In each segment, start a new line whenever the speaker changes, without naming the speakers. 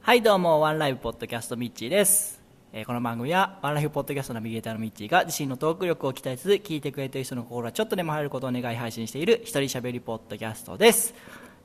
はいどうもワンライフポッドキャストミッチーです、えーこの番組はワンライフポッドキャストナビゲーターのミッチーが自身のトーク力を鍛えつつ聞いてくれている人の心がちょっとでも入ることを願い配信している一人喋りポッドキャストです、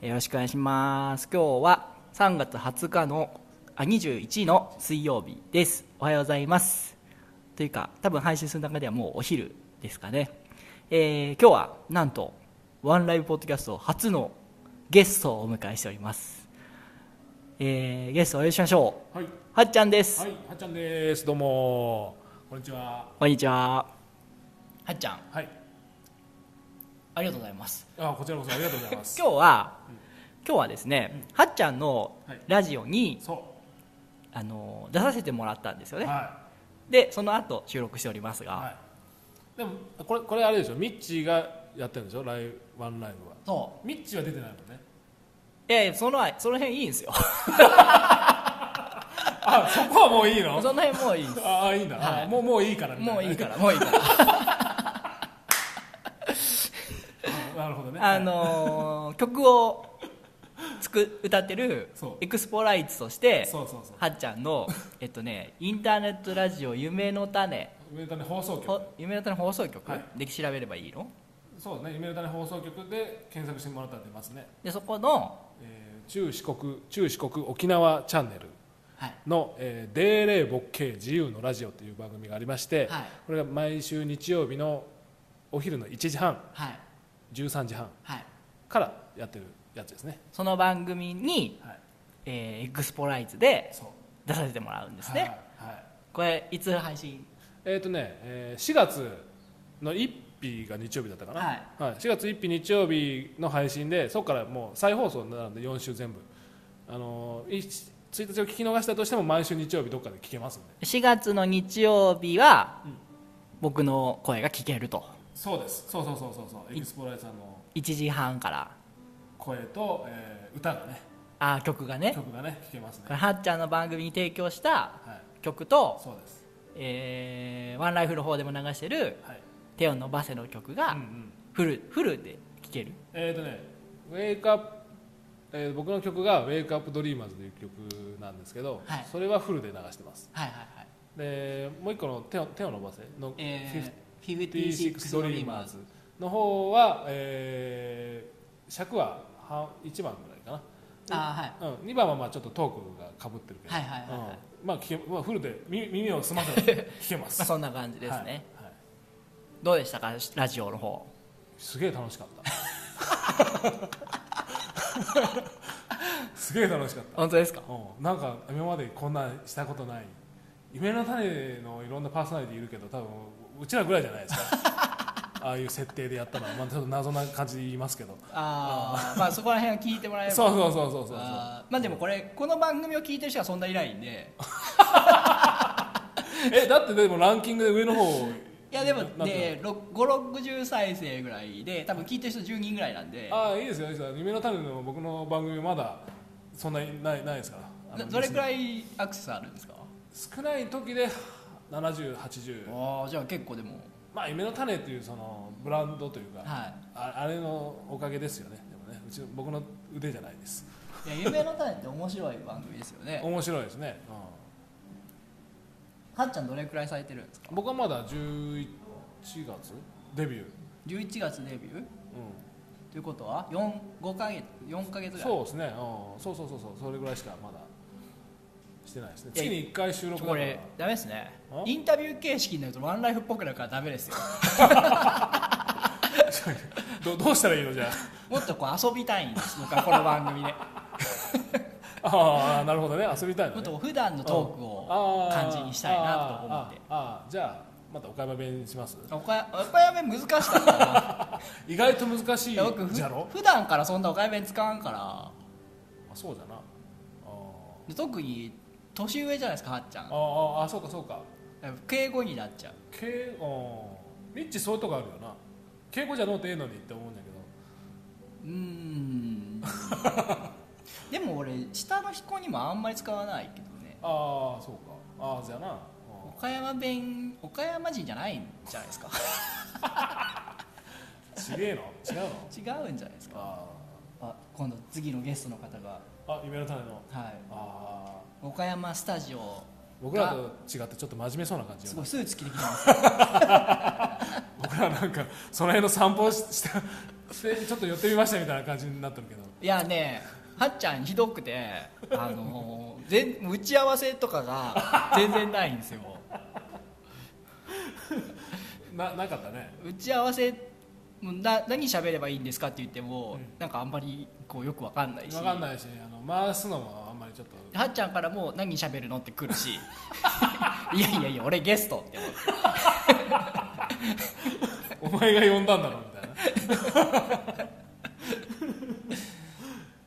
えーよろしくお願いします今日は3月20日のあ21の水曜日ですおはようございますというか多分配信する中ではもうお昼ですかね、えー今日はなんとワンライブポッドキャスト初のゲストをお迎えしております、えーゲストをお呼びしましょう
はい、
はっちゃんです、
はい、はっちゃんです。どうも、こんにちは。
こんにちははっちゃん
はい、
ありがとうございます
あ、こちらこそありがとうござい ます。
今日は今日はですね、はっちゃんの
はい
ラジオに、
そ
あの出させてもらったんですよ
う、
ね、
は
でその後収録しております
い、
が、
はい。でも、これ、これあれでしょミッチーがやってるんでしょライブ、ワンライブは。
そう
ミッチーは出てないもんね。
いやいやそのその辺いいんですよ
あ、そこはもうい いの。
その辺もういいんです
ああ、いいんだ、
はい
あもう、もういいからみた
もういい
い
からもういいから
な。なるほどね。
あ
は い、
のー曲をつく歌ってる
そう
エクスポライツとして
そうそうそう。
はっちゃん の、えっとね、インターネットラジオ「夢の種
夢の種放送」局
ほ。夢の種放送局、
はい
で調べればいいの
そうね、夢の種放送局で検索してもらったら出ますね。
でそこの、
えー中四国、中四国沖縄チャンネル。
はい、
の「えーデーレーボッケー自由のラジオ」という番組がありまして、
はい
これが毎週日曜日のお昼の1時半
はい
13時半
はい
からやってるやつですね
その番組に、
はい
えーエクスポライツで
そう
出させてもらうんですね、
はい、はい
これいつ配信
えっ、とね、えー4月の1日が日曜日だったかな、
はい
4月1日日曜日の配信でそこからもう再放送なので4週全部あのー、1, 1日を聞き逃したとしても毎週日曜日どっかで聞けますんで
4月の日曜日は、僕の声が聞けると
そうですそうそうそうそうそうエキスポライさんの
1時半から
声と、えー歌がね
あー曲がね
曲がね聴けます
こ
ね
れはっちゃんの番組に提供した
はい
曲と、
そうです
えーワンライフの方でも流してる
はい
「手を伸ばせ」の曲が
うんうん
フル,、フルで聴ける
えっ、とねウェイクアップ、えー僕の曲が「ウェイクアップドリーマーズ」という曲なんですけど、
はい
それはフルで流してます
はいはいはい
でもう一個の手を「手を伸ばせ」の「
えー、
56
56
ド
ド
リ
リ
ー
ー
マ
マ
ー
ー
ズ
ズ」
の方は、えー尺は1番ぐらいかな
あ
うん、2番はまあちょっとトークがかぶってるけど、
はいはいはいはい
うんまあ聞けまあ、フルで耳耳を澄ませて聞けま
ー
す、
まあ、そんな感じですね、
はいはい
どうでしたかラジオの方
すげえ楽しかったすげえ楽しかっ
本当ですか
た、うん、なんか今までこんなんしたことない夢の種のいろんなパーソナリティいるけど多分うちらぐらいじゃない ですかああいう設定でやったのは、まあ、ちょっと謎な感じで言いますけど
ああ まあそこら辺は聞いてもらえれば
そうそうそうそうそう
あーまあでもこれこの番組を聞いてる人はそんなにいないん で
えだってでもランキングで上の方
いやでも
ななんていうの
で560再生ぐらいで多分聞いてる人10人ぐらいなんで
ああいいですよいいですよ夢の種の僕の番組まだそんなにないないですからあ
な
の
どれくら
リ
いアクセスあるんですか
スナー少ない時で7080
ああじゃあ結構でも
まあ、夢の種というそのブランドというか、
は
ああれのおかげですよねでもねうち僕の腕じゃないです
いいや夢の種って面白い番組ですよ ね
面白いですね、
はっちゃんどれくらいされてるんですか
僕はまだ11月デビュー、
11月デビューということは45か月4か月ぐ
うん、
らい
そうですね、うん、そうそうそうそうそれぐらいしかまだしてないですね
いや
月に1回収録だか
こ
ら
れダメですね
あ
インタビュー形式になるとワンライフっぽくなるからダメですよ
どどうしたらいい のじゃ
もっとこう遊びたいんです僕はこの番組で
あああなるほどね遊びたいの、
もっ
ね、
と普段のトーク
あ
を
あ
感じにしたいなと思って
ああああじゃあまた岡山弁にします
岡山岡山弁難しかったな
意外と難し
い
い
や僕ふ
じゃろ
普段からそんな岡山弁使わんから
あそうじゃなあ
で特に年上じゃないですかはっちゃん
あああそうかそうか
敬語になっちゃう
敬語ミッチそういうとこあるよな敬語じゃのうてええのにって思うんだけど
うーんでも俺下の子にもあんまり使わないけどね
ああそうかああじゃあなあー
岡山弁岡山人じゃないんじゃないですか
ちげえの違うの
違うんじゃないですか
あ
あ今度次のゲストの方が、
あ夢の種の
はい、
あ
岡山スタジオ
ー僕らと違ってちょっと真面目そうな感じ
す
よ
ごい
ね
すぐ突きできてます
僕らなんかその辺の散歩をししたしてちょっと寄ってみましたみたいな感じになってるけど
いやねはっちゃんひどくてあのー全打ち合わせとかが全然ないんですよ
ななかったね
打ち合わせもうな何喋ればいいんですかって言っても、なんかあんまりこうよくわかんないし
分かんないしあの回すのもあんまりちょっと
はっちゃんからも「何喋るの?」って来るし 「いやいやいや俺ゲスト」って思って
お前が呼んだんだろみたいな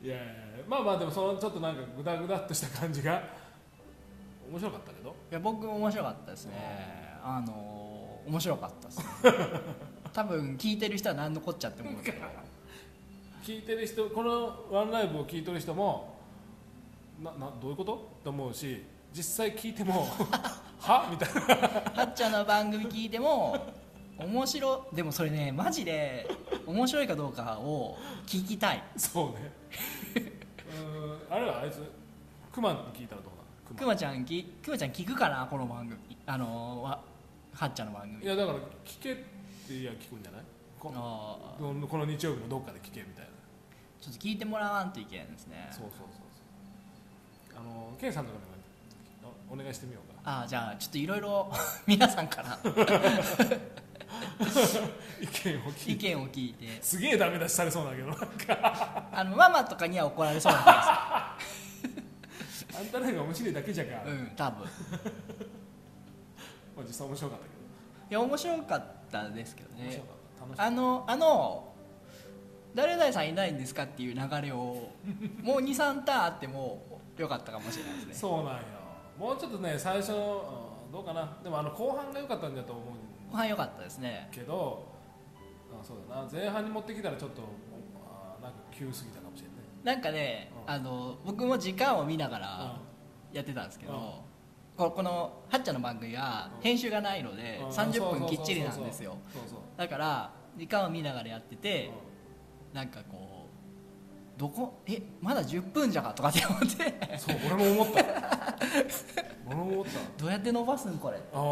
いやいやいやまあまあでもそのちょっとなんかグダグダっとした感じが面白かったけど
いや僕も面白かったですねあのー面白かったです ね多分聞いてる人は何のこっちゃって思うけど
聞いてる人このワンライブを聞いてる人もななどういうことと思うし実際聞いても はみたいな
はっちゃんの番組聞いても面白でもそれねマジで面白いかどうかを聞きたい
そうねうーんあれはあいつクマに聞いたらどうなの
く
クマ
まちゃんきくまちゃん聞くかなこの番組あのーわはっちゃんの番
い
組
やだから聞けっていや聞くんじゃないこの
あー
このこの日曜日のどっかで聞けみたいな
ちょっと聞いてもらわんといけないですね
そうそうそうそうあのケンさんとかにもお願いしてみようか
ああじゃあちょっといろいろ皆さんから
意見を 聞
意
いて
見を聞いて
すげえダメ出しされそうだ けどなんか
あのママとかには怒られそうなんです
あんたらが面白いだけじゃか、 ま
うん多分
あ、実際面白かったけど
いや面白かったですけど
面
ね
白かった楽しか
あのあの誰々さんいないんですかっていう流れ をもう23ターンあってもよかったかもしれない
った
ですね
そうなんよもうちょっとね最初のうんどうかなでもあの後半が良かったんだと思う
後半良かったですね
けどあそうだな前半に持ってきたらちょっとあなんか急すぎたかもしれない
なんかね
うん
あの僕も時間を見ながら
う
やってたんですけ
うん
どここのはっちゃんの番組は
うん
編集がないので
ん
30分きっちりなんですよ
そうそう
だから時間を見ながらやって
そう
て
そう
なんかこうどこえまだ10分じゃかとかって思って
うんそう俺も思った 俺も思った
どうやって伸ばすんこれ
あーあ
あ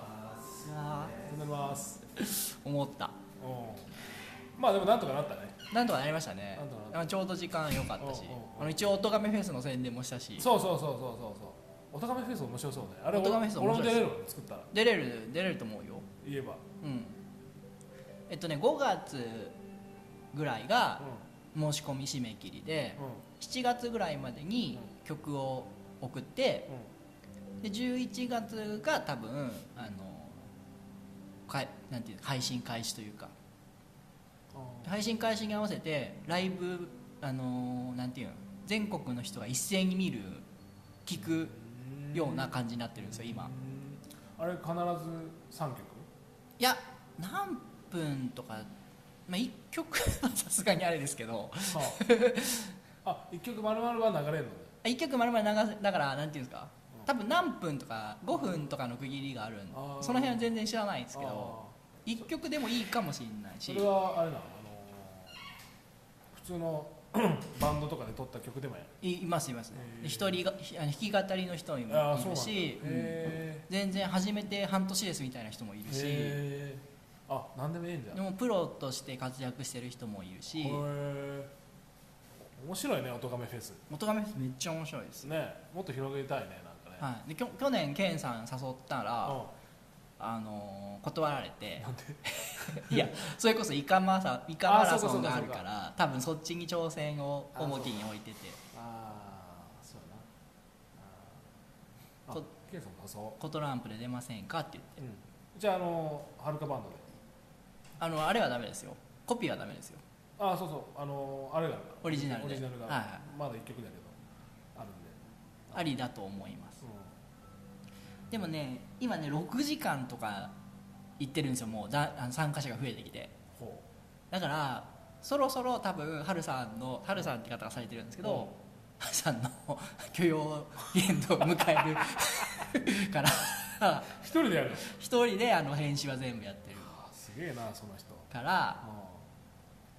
おはようございます。
ー思った
うんまあでもなんとかなったね。
なんとかなりましたね
なんとかなった
あのちょうど時間良かったし
おうおうおう
あの一応「おとがめフェス」の宣伝もしたし
そうそうそうそうそうそう。おたかめフェス面白そうね。あれ
お咎めフェス
俺
面
も
白い
出
です
れるの作ったら
出れる出れると思うよ
言えば。
うんえっとね5月ぐらいが申し込み締め切りで
うんうん
7月ぐらいまでに曲を送ってで11月が多分あのかいなんていうの配信開始というか
うん。
配信開始に合わせてライブあのーなんていうの全国の人が一斉に見る聞くような感じになってるんですよ今
あれ必ず三 曲。
いや何分とか、まあ、1曲はさすがにあれですけど
さああ一曲まるまるは流れるのね。
1曲丸々流せだからなんていうんですか
うん
多分何分とか5分とかの区切りがあるんで
あー
その辺は全然知らないんですけど
あ
1曲でもいいかもしれない
ー
し
それはあれなの。あの普通の バンドとかで撮った曲でもやる。
いいますいます
へー
で一人がひあの弾き語りの人もい
ああそ
る
うなんだ。
し
へ
うん
え。
全然始めて半年ですみたいな人もいるしで
へーあ何でもいいんじゃん。
もプロとして活躍してる人もいる
へ
し
え面白いねおとがめフェス
音がめめっちゃ面白いです、
ねもっと広げたいねなんかね、
はい、できょ去年ケンさん誘ったら、
う
あのー断られて
ん、なんで
いやそれこそイカマサイカマラソンが
あ
あ
そうかそうかそう
る
か
から多分そっちに挑戦を表に置いてて
ああそうやなあーあ
こ
ケイさんもそ
「コトランプで出ませんか?」って言って
う、じゃああのはるかバンドで
あのあれはダメですよコピーはダメですよ
ああそうそうあのあれがあるから
オリジナルで
オリジナルが、
はいはい
まだ一曲だけどあるんで、
ありだと思います
う
でもね今ね6時間とか行ってるんですよもうだあの参加者が増えてきて
ん、ほ
だからそろそろ多分ハルさんのハルさんって方がされてるんですけど、
うん
ハルさんの 許容限度を迎える から
う一人でやるの
一人であの編集は全部やってる
あーすげえなその人
から
あ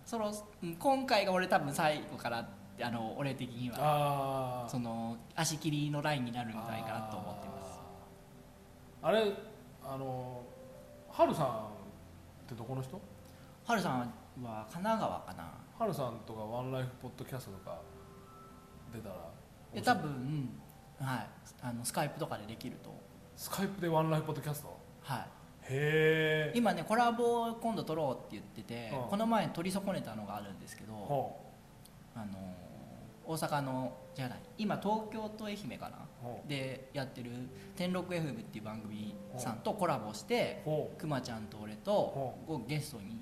その、うん今回が俺多分最後からあの俺的には
ああ
その足切りのラインになるんじゃないかなと思ってます
あーあれあのハルさんってどこの人
はるさんは神奈川かな
ハルさんとかワンライフポッドキャストとか出たら
で多分、はい、あのスカイプとかでできると、
スカイプでワンライフポッドキャスト
は
へ
い、
え
今ねコラボを今度撮ろうって言ってて、
うん
この前取り損ねたのがあるんですけど、
ほ
あの大阪のじゃない今東京と愛媛かな
うほ
でやってる「天禄 FM」っていう番組さんとコラボして
うほ
くまちゃんと俺
ほ
とをゲストに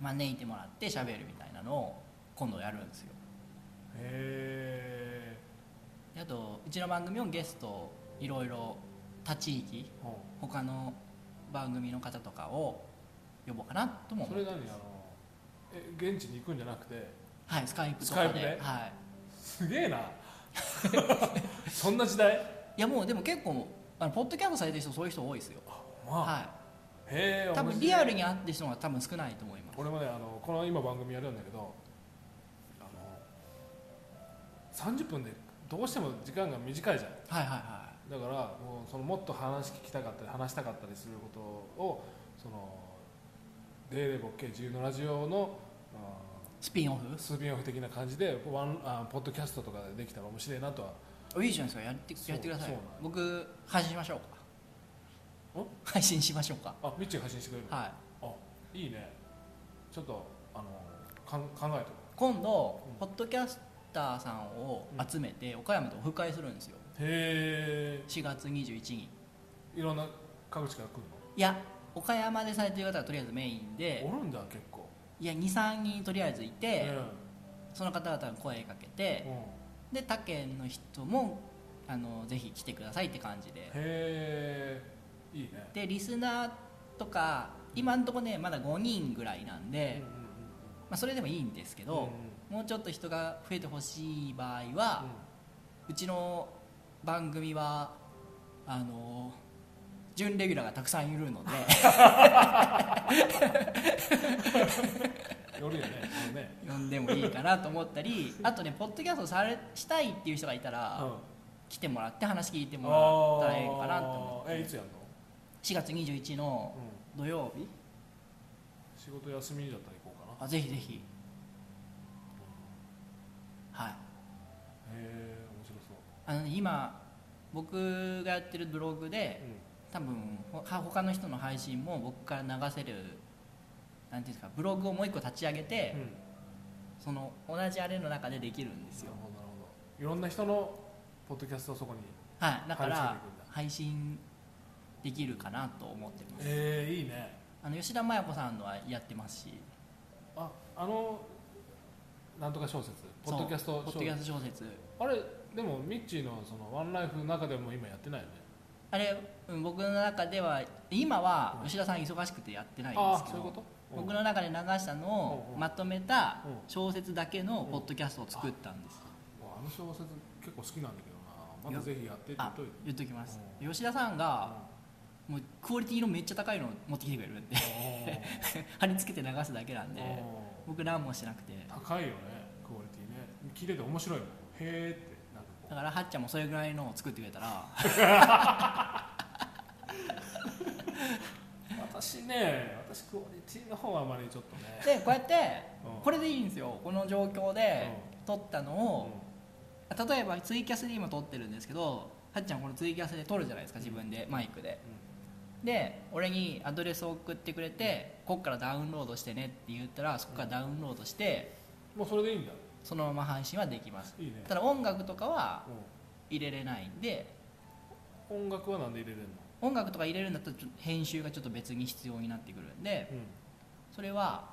招いてもらって喋るみたいなのを今度やるんですよ
うへえ
であとうちの番組もゲストいろいろ他地域
ほ
他の番組の方とかを呼ぼうかなとも
うそ
思う
れ何あのえ現地に行くんじゃなくて
はいスカイプと
スカ
か
イプ
で
で
はい、
すげえな そんな時代
いやもうでも結構あのポッドキャストされてる人そういう人多いですよ、
まあ、
は
へえ
い、多分
面白い
リアルに会ってる人が多分少ないと思います
俺もねあのこの今番組やるんだけどあの30分でどうしても時間が短いじゃん
はいはいは
だからもうそのもっと話聞きたかったり話したかったりすることをその「デーレボッケ自由のラジオの」
いスピンオフ
あースーピンオフ的な感じでワンあーポッドキャストとかでできたら面白いなとは
あいいじゃないですかやって
そう
やってください
そう
よ
なの
僕配信しましょうか
ん
配信しましょうか
あミッチーが発信してくれる
はい
いいねちょっとあのかん考えて
今度、
うん
ポッドキャスターさんを集めて、岡山でオフ会するんですよ
るへ
4月21日に
えいろんな各地から来る
いや岡山でされてる方はとりあえずメインで
のおるんだ結構
いや23人とりあえずいて、
う
その方々に声かけて
んうん
で他県の人もあのぜひ来てくださいって感じで
へえいいね
でリスナーとか今んとこねまだ5人ぐらいなんで、
うんうん
まあ、それでもいいんですけ
うんうん
ど、もうちょっと人が増えてほしい場合は、うちの番組はあの準レギュラーがたくさんいるの で
うんよるよねあのね
呼んでもいいかなと思ったりあとねポッドキャストされしたいっていう人がいたら、
うん
来てもらって話聞いてもらったらいいかなと思っ
あーえ
て
いつやんの、
4月21日
う
の
ん、
土曜日
仕事休みだったら行こうかな
あぜひぜひはい
へえ面白そう、
あのね今僕がやってるブログで多分ほ他の人の配信も僕から流せるなんていうんですかブログをもう一個立ち上げて、
うん、
その同じあれの中でできるんです
なる
よ
ほどなるほどいろんな人のポッドキャストをそこに
はいだから
配信でき
配信でき
るんだ
るかなと思ってます
ええいいね
あの吉田麻也子さんのはやってますし
ああのなんとか小説ポッドキャス
ポ
ト
ッド
小
キャ
説
スト小説
あれでもミッチーのそのワンライフの中でも今やってないよね
あれうん僕の中では今は吉田さん忙しくてやってないんです
あー
け
そう
ど
いうこと
僕の中で流したの
うん
を
うん
まとめた
うん
小説だけのポッドキャストを作ったんです
もうあの小説結構好きなんだけどなまだぜひやってって言
あ
っといて
言っときます吉田さんがもうクオリティのめっちゃ高いのを持ってきてくれるんで貼り付けて流すだけなん
うん
で
う
僕何もしてなくて
ん高いよねクオリティね聞いてて面白いもんへーってなんかこ
だからはっちゃんもそれぐらいのを作ってくれたら
う私ね私クオリティの方はあまりちょっと ね
でこうやって
うん
これでいいんですよこの状況で撮ったのを例えばツイキャスで今撮ってるんですけどはっちゃんこのツイキャスで撮るじゃないですか自分でマイクで、で俺にアドレスを送ってくれて、こっからダウンロードしてねって言ったらそこからダウンロードして
もうそれでいいんだ
そのまま配信はできます
いいね
ただ音楽とかは入れれないんで
うん音楽はなんで入れ れるの
音楽とか入れるんだったらちょっと編集がちょっと別に必要になってくるんでそれは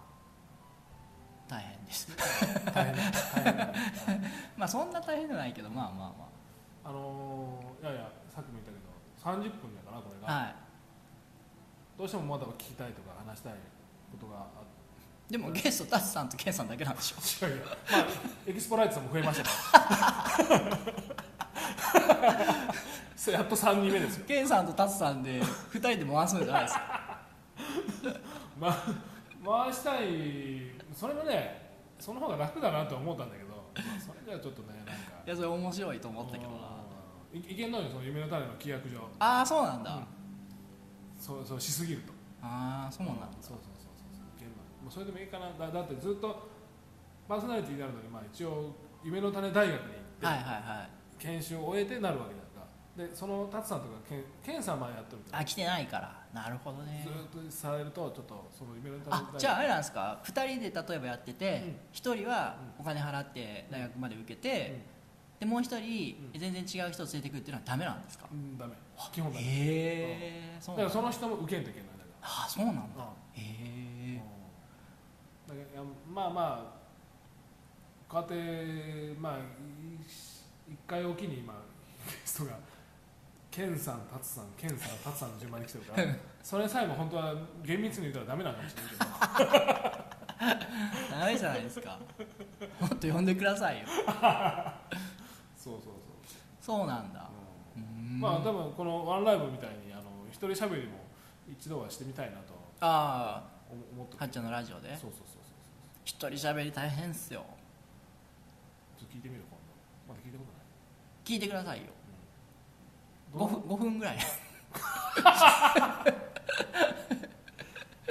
大変です
大変だ大変だ
まあそんな大変じゃないけどまあまあま
あのーいやいやさっきも言ったけど30分だからこれ
あ
が
はい
どうしてもまだ聞きたいとか話したいことがあって
でもゲストタスさんとケンさんだけなんでしょ
いやいやまあ、エキスポライトさんも増えまし たからそれやっと3人目ですよ
ケンさんとタスさんで2人で回すんじゃないですか
まあ回したいそれもねその方が楽だなとは思ったんだけど、まあ、それじゃちょっとねなんか
いやそれ面白いと思ったけどな
うんいいけんのよその夢の種の規約上
ああそうなんだ、
うんそうそうしすぎると
ああそうなんだ、
そうそうそうそうそういけんのよもうそれでもいいかなだだってずっとパーソナリティになるのに、まあ、一応夢の種大学に行
は
っ
い
て
はいはい
研修を終えてなるわけだからでその達さんとかけんけんさん前やっとるから
あ来てないからなるほどね
ずっとされるとちょっとその夢の種大
あ
学
じゃああれなんですか2人で例えばやってて
うん
1人はお金払って大学まで受けてでもう1人
う
全然違う人を連れてくるっていうのはダメなんですか
うん、うん、ダメ基本ダメ
へえそ
だ
う
か
なん
ら
だ
その人も受けんといけないだ
あ
か
そうなんだ
ら、うん
へ
うん
え
だけどまあまあ家庭まあいし一回おきに今ゲストがケンさん、タツさん、ケンさん、タツさんの順番に来てるから それさえも本当は厳密に言ったらダメなのかもしれないけど
ダメじゃないです かもっと呼んでくださいよ
そうそう
そうなんだ
そう、
うー
うん
ん
まあ多分このワンライブみたいにあの一人喋りも一度はしてみたいなと
あ
思思って
あはっちゃんのラジオで
そうそうそうそう
一人喋り大変っすよ
ちょっと聞いてみる今度まだ聞いたことない
聞いてくださいよ
ど
5
う
分 ,5 分ぐらい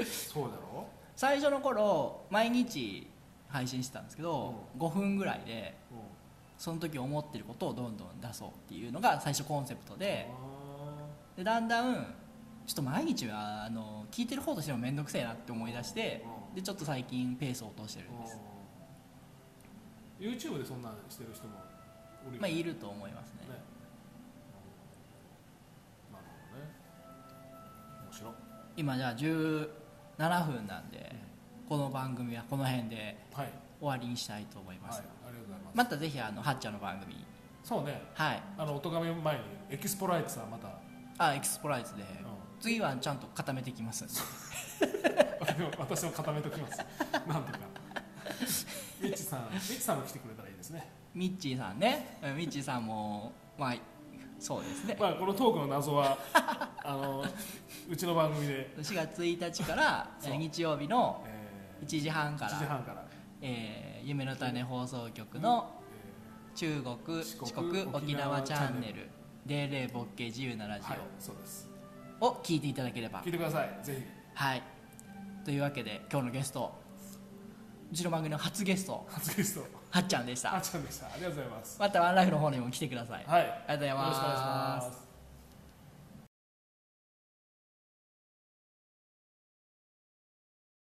そうだろ
最初の頃毎日配信してたんですけど、5分ぐらいで
う、うん
その時思ってることをどんどん出そうっていうのが最初コンセプトで
あ
でだんだんちょっと毎日はあの聞いてる方としても面倒くせえなって思い出して
うん
でちょっと最近ペースを落として
ー
るんです、
うん YouTube でそんなんしてる人もおるよ
まあ
ね
いると思いますね
ねなるほどね面白い
今じゃあ17分なんでこの番組はこの辺で
はい、
終わりにしたいと思いま
はい、あ
す、
りがとうございます、
またぜひあのはっちゃんの番組
そうね
はい
あのおとがめ前にエキスポライトさんまた、
あエクスプライズで、
う
次はちゃんと固めてきます
ん、 私を固めと きますなんとかミッチさんミッチさんも来てくれたらいいですね、
ミッチーさんねうんミッチーさんもまあそうですね
まあ、このトークの謎はあのうちの番組で、
4月1日からえ
そう
ー日曜日の
え
1時半か
1時
ら、
半から、
えー夢の種放送局の
え
中国
四
四
国
国
沖
沖
縄
縄
チ
チ
ャ
ャ
ン
ン
ネ
ネル「デーレーボッケ自由なラ
ー
ジ
はいそうです
オ」を聞いていただければ
聞いてくださいぜひ
はいというわけで今日のゲストうちの番組の初ゲスト
初ゲスト
はっちゃんでし
あ
た
っちゃんでしたありがとうございます
またワンライフの方にも来てください、
はい
ありがとうございます
よろしくお願いします